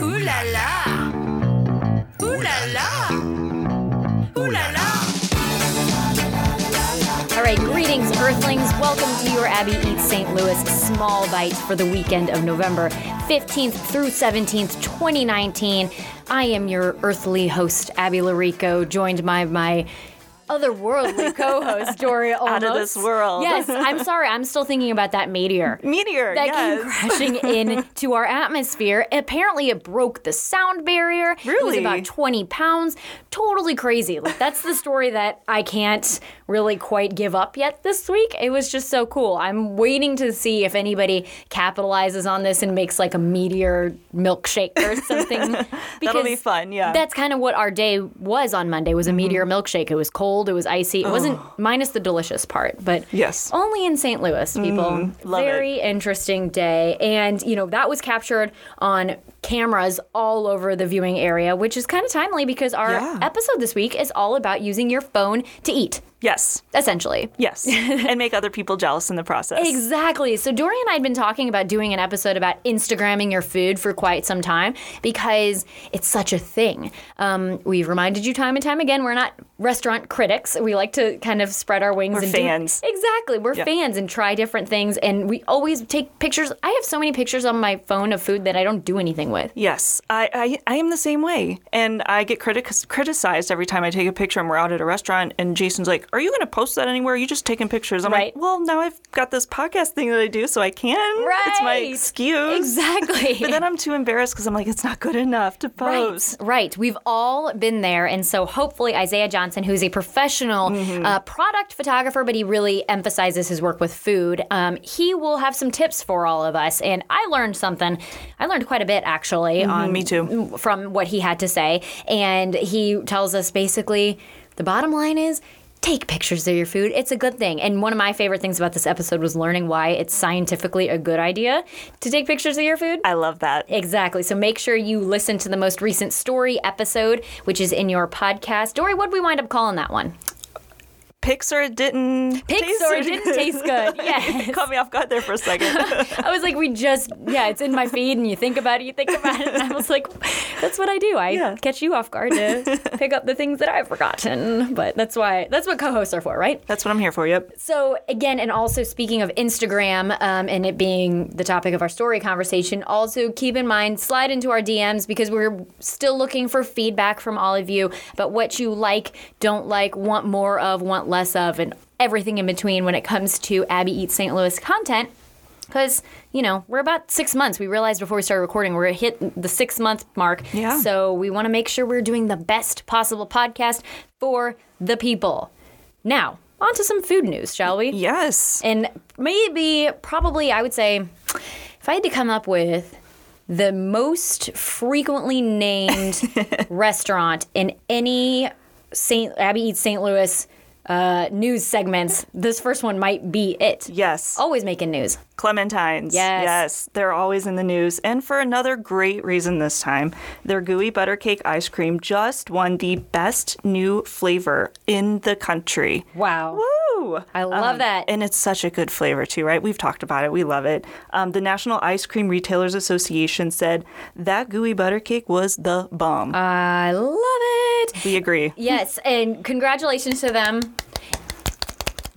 là là Ouh là là Ouh là là All right, greetings, Earthlings. Welcome to your Abby Eats St. Louis Small Bites for the weekend of November 15th through 17th, 2019. I am your earthly host, Abby Larico, joined by my otherworldly co-host, Doria Olmos. Out of this world. Yes, I'm sorry. I'm still thinking about that meteor. Meteor, That yes. came crashing into our atmosphere. Apparently, it broke the sound barrier. It was Really? about 20 pounds. Totally crazy. Like, that's the story that I can't really quite give up yet this week. It was just so cool. I'm waiting to see if anybody capitalizes on this and makes like a meteor milkshake or something. That'll be because fun, yeah. Mm-hmm. That's kind of what our day was on Monday. Was a meteor milkshake. It was cold. It was icy. It wasn't minus the delicious part, but Yes. Mm-hmm. only in St. Louis, people. love it. Very interesting day, and you know that was captured on cameras all over the viewing area, which is kind of timely because our Yeah. episode this week is all about using your phone to eat, yes, essentially. yes. and make other people jealous in the process. Exactly. So Dory and I had been talking about doing an episode about Instagramming your food for quite some time because it's such a thing. Um, we've reminded you time and time again we're not restaurant critics. We like to kind of spread our wings. We're and fans. Do, exactly. We're Yeah. fans and try different things, and we always take pictures. I have so many pictures on my phone of food that I don't do anything with. Yes, I, I, I am the same way. And I get critic- criticized every time I take a picture and we're out at a restaurant. And Jason's like, Are you going to post that anywhere? Are you just taking pictures? I'm Right. like, Well, now I've got this podcast thing that I do, so I can. It's my Right. excuse. Exactly. But then I'm too embarrassed because I'm like, It's not good enough to post. Right, right. We've all been there. And so hopefully, Isaiah Johnson, who's a professional uh, product photographer, but he really emphasizes his work with food, um, he will have some tips for all of us. And I learned something. I learned quite a bit, actually, on me too. from what he had to say. And he tells us basically the bottom line is take pictures of your food. It's a good thing. And one of my favorite things about this episode was learning why it's scientifically a good idea to take pictures of your food. I love that. Exactly. So make sure you listen to the most recent story episode, which is in your podcast. Dory, what would we wind up calling that one? Pixar didn't. Pig taste story didn't taste good. Yes. Caught me off guard there for a second. I was like, we just, yeah, it's in my feed, and you think about it, you think about it. And I was like, that's what I do. I Yeah. catch you off guard to pick up the things that I've forgotten. But that's why, that's what co hosts are for, right? That's what I'm here for. Yep. So again, and also speaking of Instagram um, and it being the topic of our story conversation, also keep in mind slide into our DMs because we're still looking for feedback from all of you about what you like, don't like, want more of, want less of, and everything in between when it comes to Abby Eats St. Louis content. Because you know we're about six months. We realized before we started recording we're hit the six month mark. Yeah. So we want to make sure we're doing the best possible podcast for the people. Now, on to some food news, shall we? Yes. And maybe, probably, I would say, if I had to come up with the most frequently named restaurant in any St. Abby Eats St. Louis uh, news segments, this first one might be it. Yes. Always making news. Clementines. Yes. They're always in the news. And for another great reason this time. Their gooey butter cake ice cream just won the best new flavor in the country. Wow. Woo! Um, I love that. And it's such a good flavor, too, right? We've talked about it. We love it. Um, the National Ice Cream Retailers Association said that gooey butter cake was the bomb. I love it. we agree. Yes, and congratulations to them.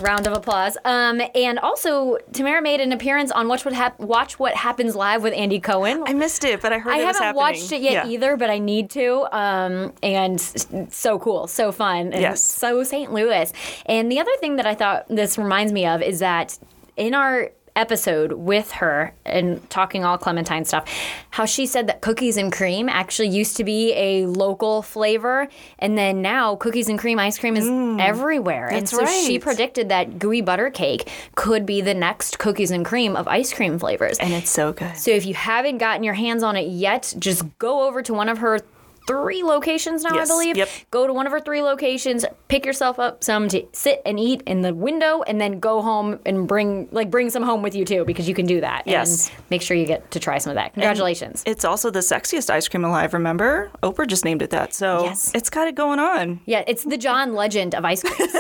Round of applause. Um, and also, Tamara made an appearance on Watch What Hap- Watch What Happens Live with Andy Cohen. I missed it, but I heard I it was haven't happening. watched it yet Yeah. either, but I need to. Um, and s- so cool, so fun, and Yes. so St. Louis. And the other thing that I thought this reminds me of is that in our episode with her and talking all Clementine stuff, how she said that cookies and cream actually used to be a local flavor, and then now cookies and cream ice cream is everywhere. and Mm. that's so she right. predicted that gooey butter cake could be the next cookies and cream of ice cream flavors. And it's so good. So if you haven't gotten your hands on it yet, just go over to one of her three locations now, Yes, I believe. yep. Go to one of her three locations, pick yourself up some to sit and eat in the window, and then go home and bring like bring some home with you too, because you can do that. Yes. And make sure you get to try some of that. Congratulations. It's also the sexiest ice cream alive, remember? Oprah just named it that. So Yes. it's got it going on. yeah, it's the John Legend of ice creams,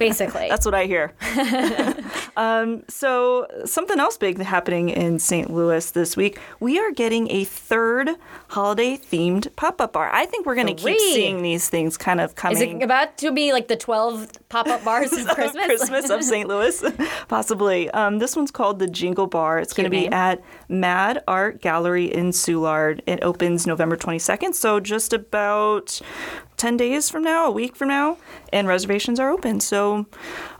basically. That's what I hear. um, so, something else big happening in St. Louis this week. We are getting a third holiday themed pop up bar. I think we're going to keep Three. seeing these things kind of coming. Is it about to be like the 12 pop up bars of Christmas? Christmas of St. Louis, possibly. Um, this one's called the Jingle Bar. It's going to be name. at Mad Art Gallery in Soulard. It opens November 22nd, so just about 10 days from now, a week from now, and reservations are open. So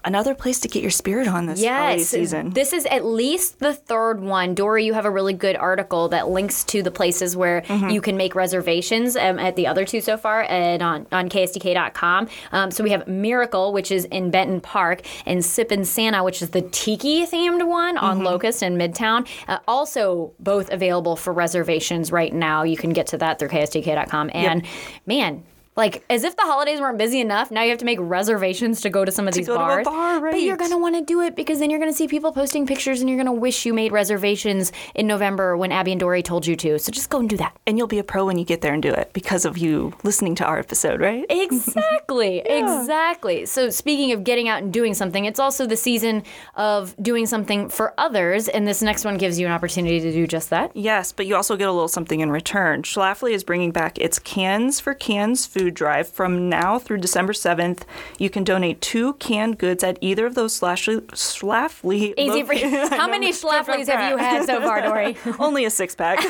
another place to get your spirit on this holiday Yes, season. this is at least the third one. Dory, you have a really good article that links to the places where Mm-hmm. you can make reservations um, at the other two so far and on, on KSDK.com. Um, so we have Miracle, which is in Benton Park, and Sip and Santa, which is the tiki themed one Mm-hmm. on Locust in Midtown. Uh, also, both available for reservations right now. You can get to that through KSDK.com. And man, like as if the holidays weren't busy enough, now you have to make reservations to go to some of these go to a bars. bar, But you're right. gonna want to do it because then you're going to see people posting pictures and you're going to wish you made reservations in November when Abby and Dory told you to. So just go and do that. and you'll be a pro when you get there and do it because of you listening to our episode, right? Exactly. Exactly. So speaking of getting out and doing something, it's also the season of doing something for others and this next one gives you an opportunity to do just that. Yes, but you also get a little something in return. Schlafly is bringing back its Cans for Cans food drive from now through December 7th. You can donate two canned goods at either of those Schlafly. Schlafly Easy lo- for you. How many schlaflies have you had so far, Dory? Only a six pack.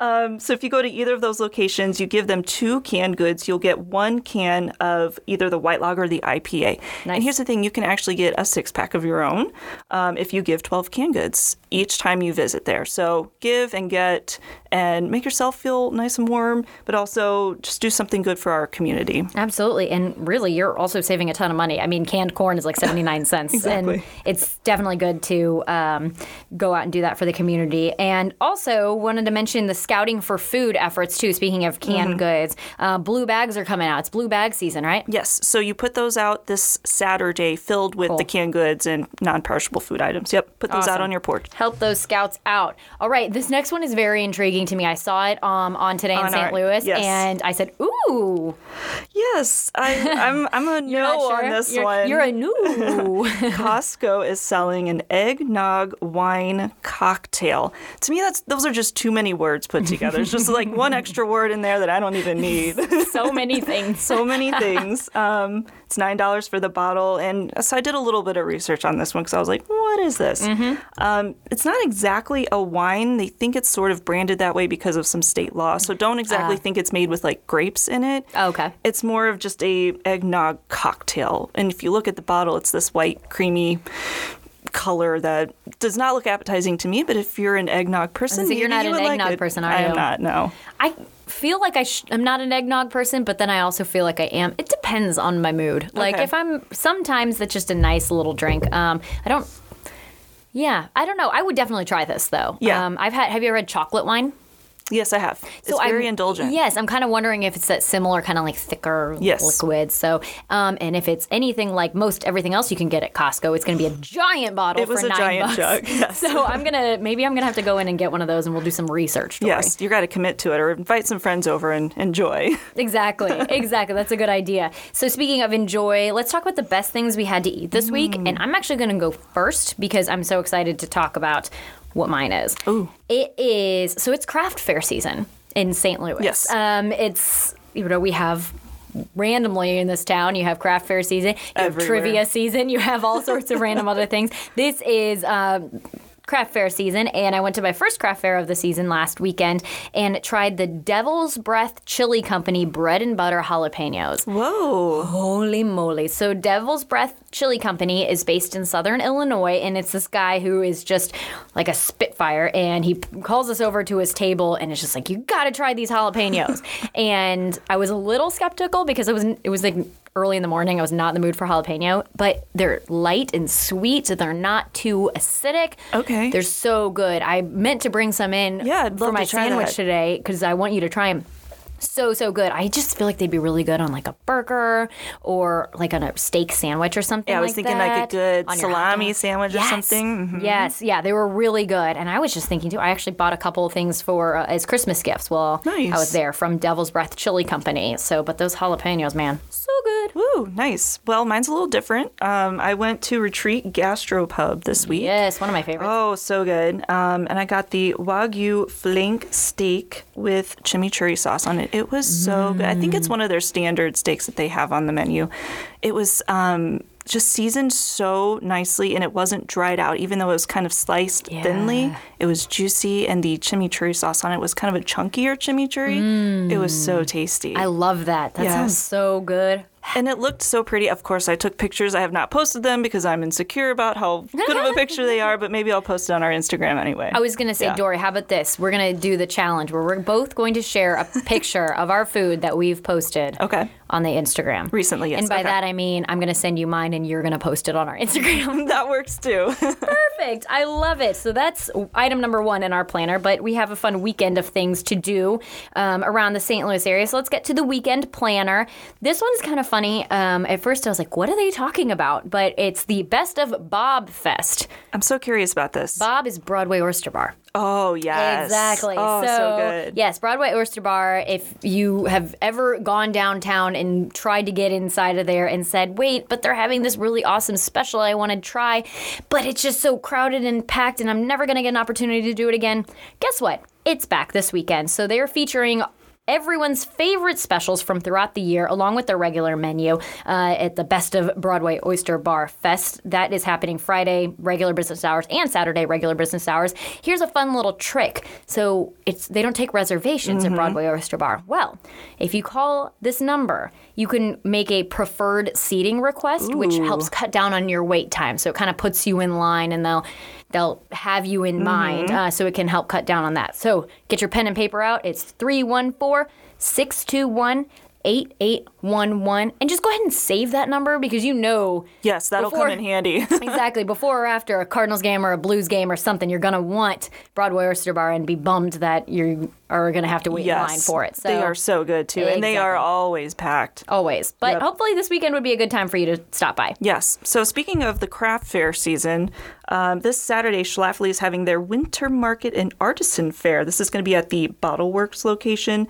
um, so if you go to either of those locations, you give them two canned goods, you'll get one can of either the white lager or the IPA. Nice. And here's the thing you can actually get a six pack of your own um, if you give 12 canned goods each time you visit there. So give and get and make yourself feel nice and warm, but also just do something good for our community. Absolutely. And really, you're also saving a ton of money. I mean, canned corn is like 79 cents. And Exactly. it's definitely good to um, go out and do that for the community. And also, wanted to mention the scouting for food efforts, too. Speaking of canned Mm-hmm. goods, uh, blue bags are coming out. It's blue bag season, right? Yes, so you put those out this Saturday filled with the canned goods and non perishable food items. Yep, put those out on your porch. Help those scouts out. All right, this next one is very intriguing to me. I saw it um, on Today in On St. our- Louis, yes. and I said, ooh. Yes, I, I'm. I'm a I'm no not on sure. this You're- one. You're a new. Costco is selling an eggnog wine cocktail. To me, that's those are just too many words put together. It's just like one extra word in there that I don't even need. so many things. so many things. Um, it's nine dollars for the bottle, and so I did a little bit of research on this one because I was like, "What is this?" Mm-hmm. Um, it's not exactly a wine. They think it's sort of branded that way because of some state law. So don't exactly think it's made with like grapes in it. Uh-huh. Oh, Okay. It's more of just a eggnog cocktail, and if you look at the bottle, it's this white, creamy. Color that does not look appetizing to me, but if you're an eggnog person, So you're maybe not you an would like eggnog it. person, are I am you? not. No. I feel like I sh- I'm not an eggnog person, but then I also feel like I am. It depends on my mood. Like Okay. if I'm sometimes that's just a nice little drink. Um, I don't. Yeah, I don't know. I would definitely try this though. Yeah. Um, I've had. Have you ever had chocolate wine? Yes, I have. It's I'm- very indulgent. Yes, I'm kind of wondering if it's that similar kind of like thicker Yes. liquid. So, um, and if it's anything like most everything else you can get at Costco, it's going to be a giant bottle. It was for a nine giant bucks. jug, yes. So I'm gonna maybe I'm gonna have to go in and get one of those, and we'll do some research. Dory. Yes, you got to commit to it or invite some friends over and enjoy. Exactly. Exactly. That's a good idea. So speaking of enjoy, let's talk about the best things we had to eat this week. And I'm actually going to go first because I'm so excited to talk about what mine is. Ooh. It is so it's craft fair season in St. Louis. Yes. Um, it's you know we have. Randomly in this town, you have craft fair season, you have Everywhere. trivia season, you have all sorts of random other things. This is um, craft fair season and I went to my first craft fair of the season last weekend and tried the Devil's Breath Chili Company bread and butter jalapenos. Whoa. Holy moly. So, Devil's Breath Chili Company is based in southern Illinois, and it's this guy who is just like a spitfire. And he p- calls us over to his table and it's just like, You gotta try these jalapenos. and I was a little skeptical because it was, it was like, Early in the morning, I was not in the mood for jalapeno, but they're light and sweet. They're not too acidic. Okay. They're so good. I meant to bring some in Yeah, I'd for love my to try sandwich that. today because I want you to try them. so so good. I just feel like they'd be really good on like a burger or like on a steak sandwich or something. Yeah, I was like thinking that. like a good On your hot salami dog. sandwich or Yes. something. Mhm. Yes, yeah, they were really good. And I was just thinking too. I actually bought a couple of things for uh, as Christmas gifts while Nice. I was there from Devil's Breath Chili Company. So, but those jalapenos, man, so good. Woo, nice. Well, mine's a little different. Um, I went to Retreat Gastropub this week. Yes, one of my favorites. Oh, so good. Um, and I got the Wagyu flank steak with chimichurri sauce on it. It was so good. I think Mm. it's one of their standard steaks that they have on the menu. It was um, just seasoned so nicely and it wasn't dried out, even though it was kind of sliced thinly. Yeah. It was juicy and the chimichurri sauce on it was kind of a chunkier chimichurri. It was so tasty. Mm. I love that. That sounds Yes. so good. And it looked so pretty. Of course, I took pictures. I have not posted them because I'm insecure about how good of a picture they are, but maybe I'll post it on our Instagram anyway. I was gonna say, Yeah. Dory, how about this? We're gonna do the challenge where we're both going to share a picture of our food that we've posted. Okay. On the Instagram Recently, yes. And by Okay. that I mean I'm gonna send you mine and you're gonna post it on our Instagram. That works too. Perfect. I love it. So that's item number one in our planner, but we have a fun weekend of things to do um, around the St. Louis area. So let's get to the weekend planner. This one's kind of funny. Um, at first, I was like, what are they talking about? But it's the Best of Bob Fest. I'm so curious about this. Bob is Broadway Oyster Bar. Oh, yes. Exactly. Oh, so, so, good. Yes, Broadway Oyster Bar. If you have ever gone downtown and tried to get inside of there and said, wait, but they're having this really awesome special I want to try, but it's just so crowded and packed and I'm never going to get an opportunity to do it again, guess what? It's back this weekend. So they're featuring everyone's favorite specials from throughout the year, along with their regular menu uh, at the Best of Broadway Oyster Bar Fest. That is happening Friday, regular business hours, and Saturday, regular business hours. Here's a fun little trick. So it's they don't take reservations at Broadway Oyster Bar. Well, if you call this number, you can make a preferred seating request, which helps cut down on your wait time. So it kind of puts you in line, and they'll they'll have you Mm-hmm. in mind uh, so it can help cut down on that. So get your pen and paper out. It's 314 621 8811. And just go ahead and save that number because you know. Yes, that'll Before- come in handy. Exactly. Before or after a Cardinals game or a Blues game or something, you're going to want Broadway Oyster Bar and be bummed that you are going to have to wait in line yes. for it. So They are so good too. And they are Exactly. always packed. Always. But Yep. hopefully this weekend would be a good time for you to stop by. Yes. So speaking of the craft fair season, um, this Saturday, Schlafly is having their winter market and artisan fair. This is going to be at the Bottle Works location.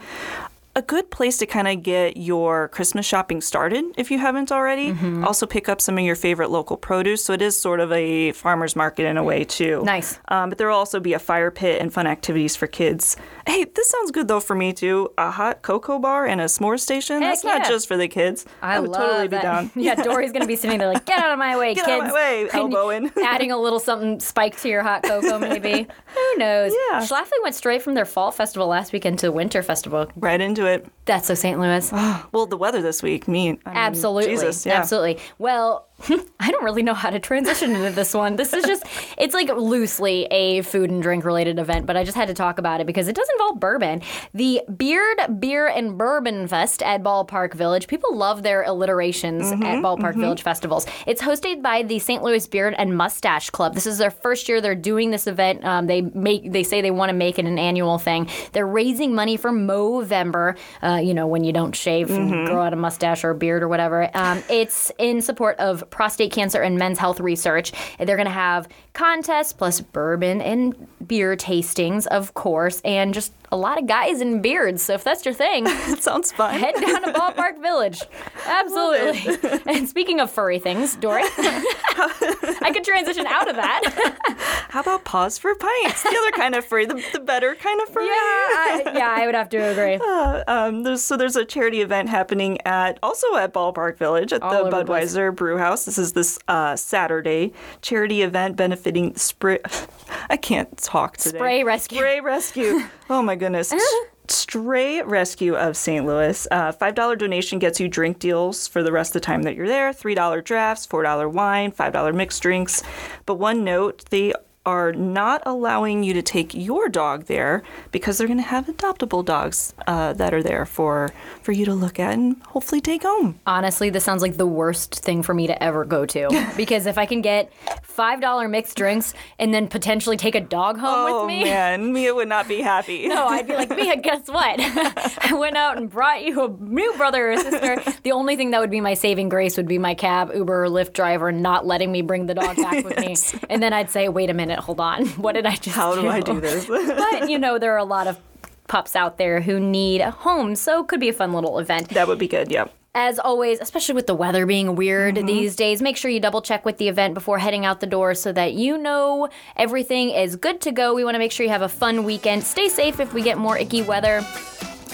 A good place to kind of get your Christmas shopping started if you haven't already. Mm-hmm. Also, pick up some of your favorite local produce. So, it is sort of a farmer's market in a way, too. Nice. Um, but there will also be a fire pit and fun activities for kids. Hey, this sounds good though for me, too. A hot cocoa bar and a s'more station. That's not yeah. just for the kids. I, would love totally that. be down. yeah, Dory's gonna be sitting there like, get out of my way, Get out kids. of my way, And elbowing. adding a little something spiked to your hot cocoa, maybe. Who knows? Yeah. Schlafly went straight from their fall festival last weekend to the winter festival. Right into it. That's so St. Louis. Well, the weather this week, me. I mean, Absolutely. Jesus, yeah. Absolutely. Well, I don't really know how to transition into this one. This is just, it's like loosely a food and drink related event, but I just had to talk about it because it does involve bourbon. The Beard, Beer, and Bourbon Fest at Ballpark Village. People love their alliterations Mm-hmm, at Ballpark Village festivals. It's hosted by the St. Louis Beard and Mustache Club. This is their first year they're doing this event. Um, they make, they say they want to make it an annual thing. They're raising money for Movember. Uh, you know, when you don't shave and grow out a mustache or a beard or whatever. Um, it's in support of prostate cancer and men's health research. They're going to have contests plus bourbon and beer tastings, of course, and just a lot of guys in beards. So if that's your thing, That sounds fun. head down to Ballpark Village. Absolutely. and speaking of furry things, Dory, I could transition out of that. How about pause for pints? The other kind of furry, the, the better kind of furry. yeah, I, yeah, I would have to agree. Um, there's, so there's a charity event happening at also at Ballpark Village at All the over the place. Budweiser Brew House. This is this uh, Saturday charity event benefiting Spray. I can't talk today. Spray Rescue. Spray Rescue. oh my goodness. Stray Rescue of St. Louis. Uh, $5 donation gets you drink deals for the rest of the time that you're there. $3 drafts, $4 wine, $5 mixed drinks. But one note, they are not allowing you to take your dog there because they're going to have adoptable dogs uh, that are there for for you to look at and hopefully take home. Honestly, this sounds like the worst thing for me to ever go to because if I can get five dollar mixed drinks and then potentially take a dog home oh with me. man, Mia would not be happy. No, I'd be like, Mia, guess what? I went out and brought you a new brother or sister. The only thing that would be my saving grace would be my cab, Uber, or Lyft driver not letting me bring the dog back with me. And then I'd say, wait a minute, hold on. What did I just How do I do this? but, you know, there are a lot of pups out there who need a home, so it could be a fun little event. that would be good. Yeah. As always, especially with the weather being weird these days, make sure you double check with the event before heading out the door so that you know everything is good to go. We want to make sure you have a fun weekend. Stay safe if we get more icky weather.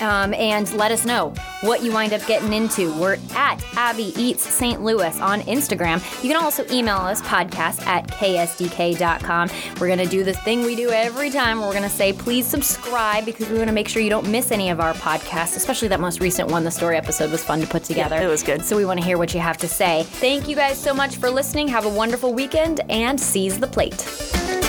Um, and let us know what you wind up getting into. We're at Abby Eats St. Louis on Instagram. You can also email us podcast at ksdk.com. We're going to do the thing we do every time. We're going to say, please subscribe because we want to make sure you don't miss any of our podcasts, especially that most recent one. The story episode was fun to put together. it was good. So we want to hear what you have to say. Thank you guys so much for listening. Have a wonderful weekend and seize the plate.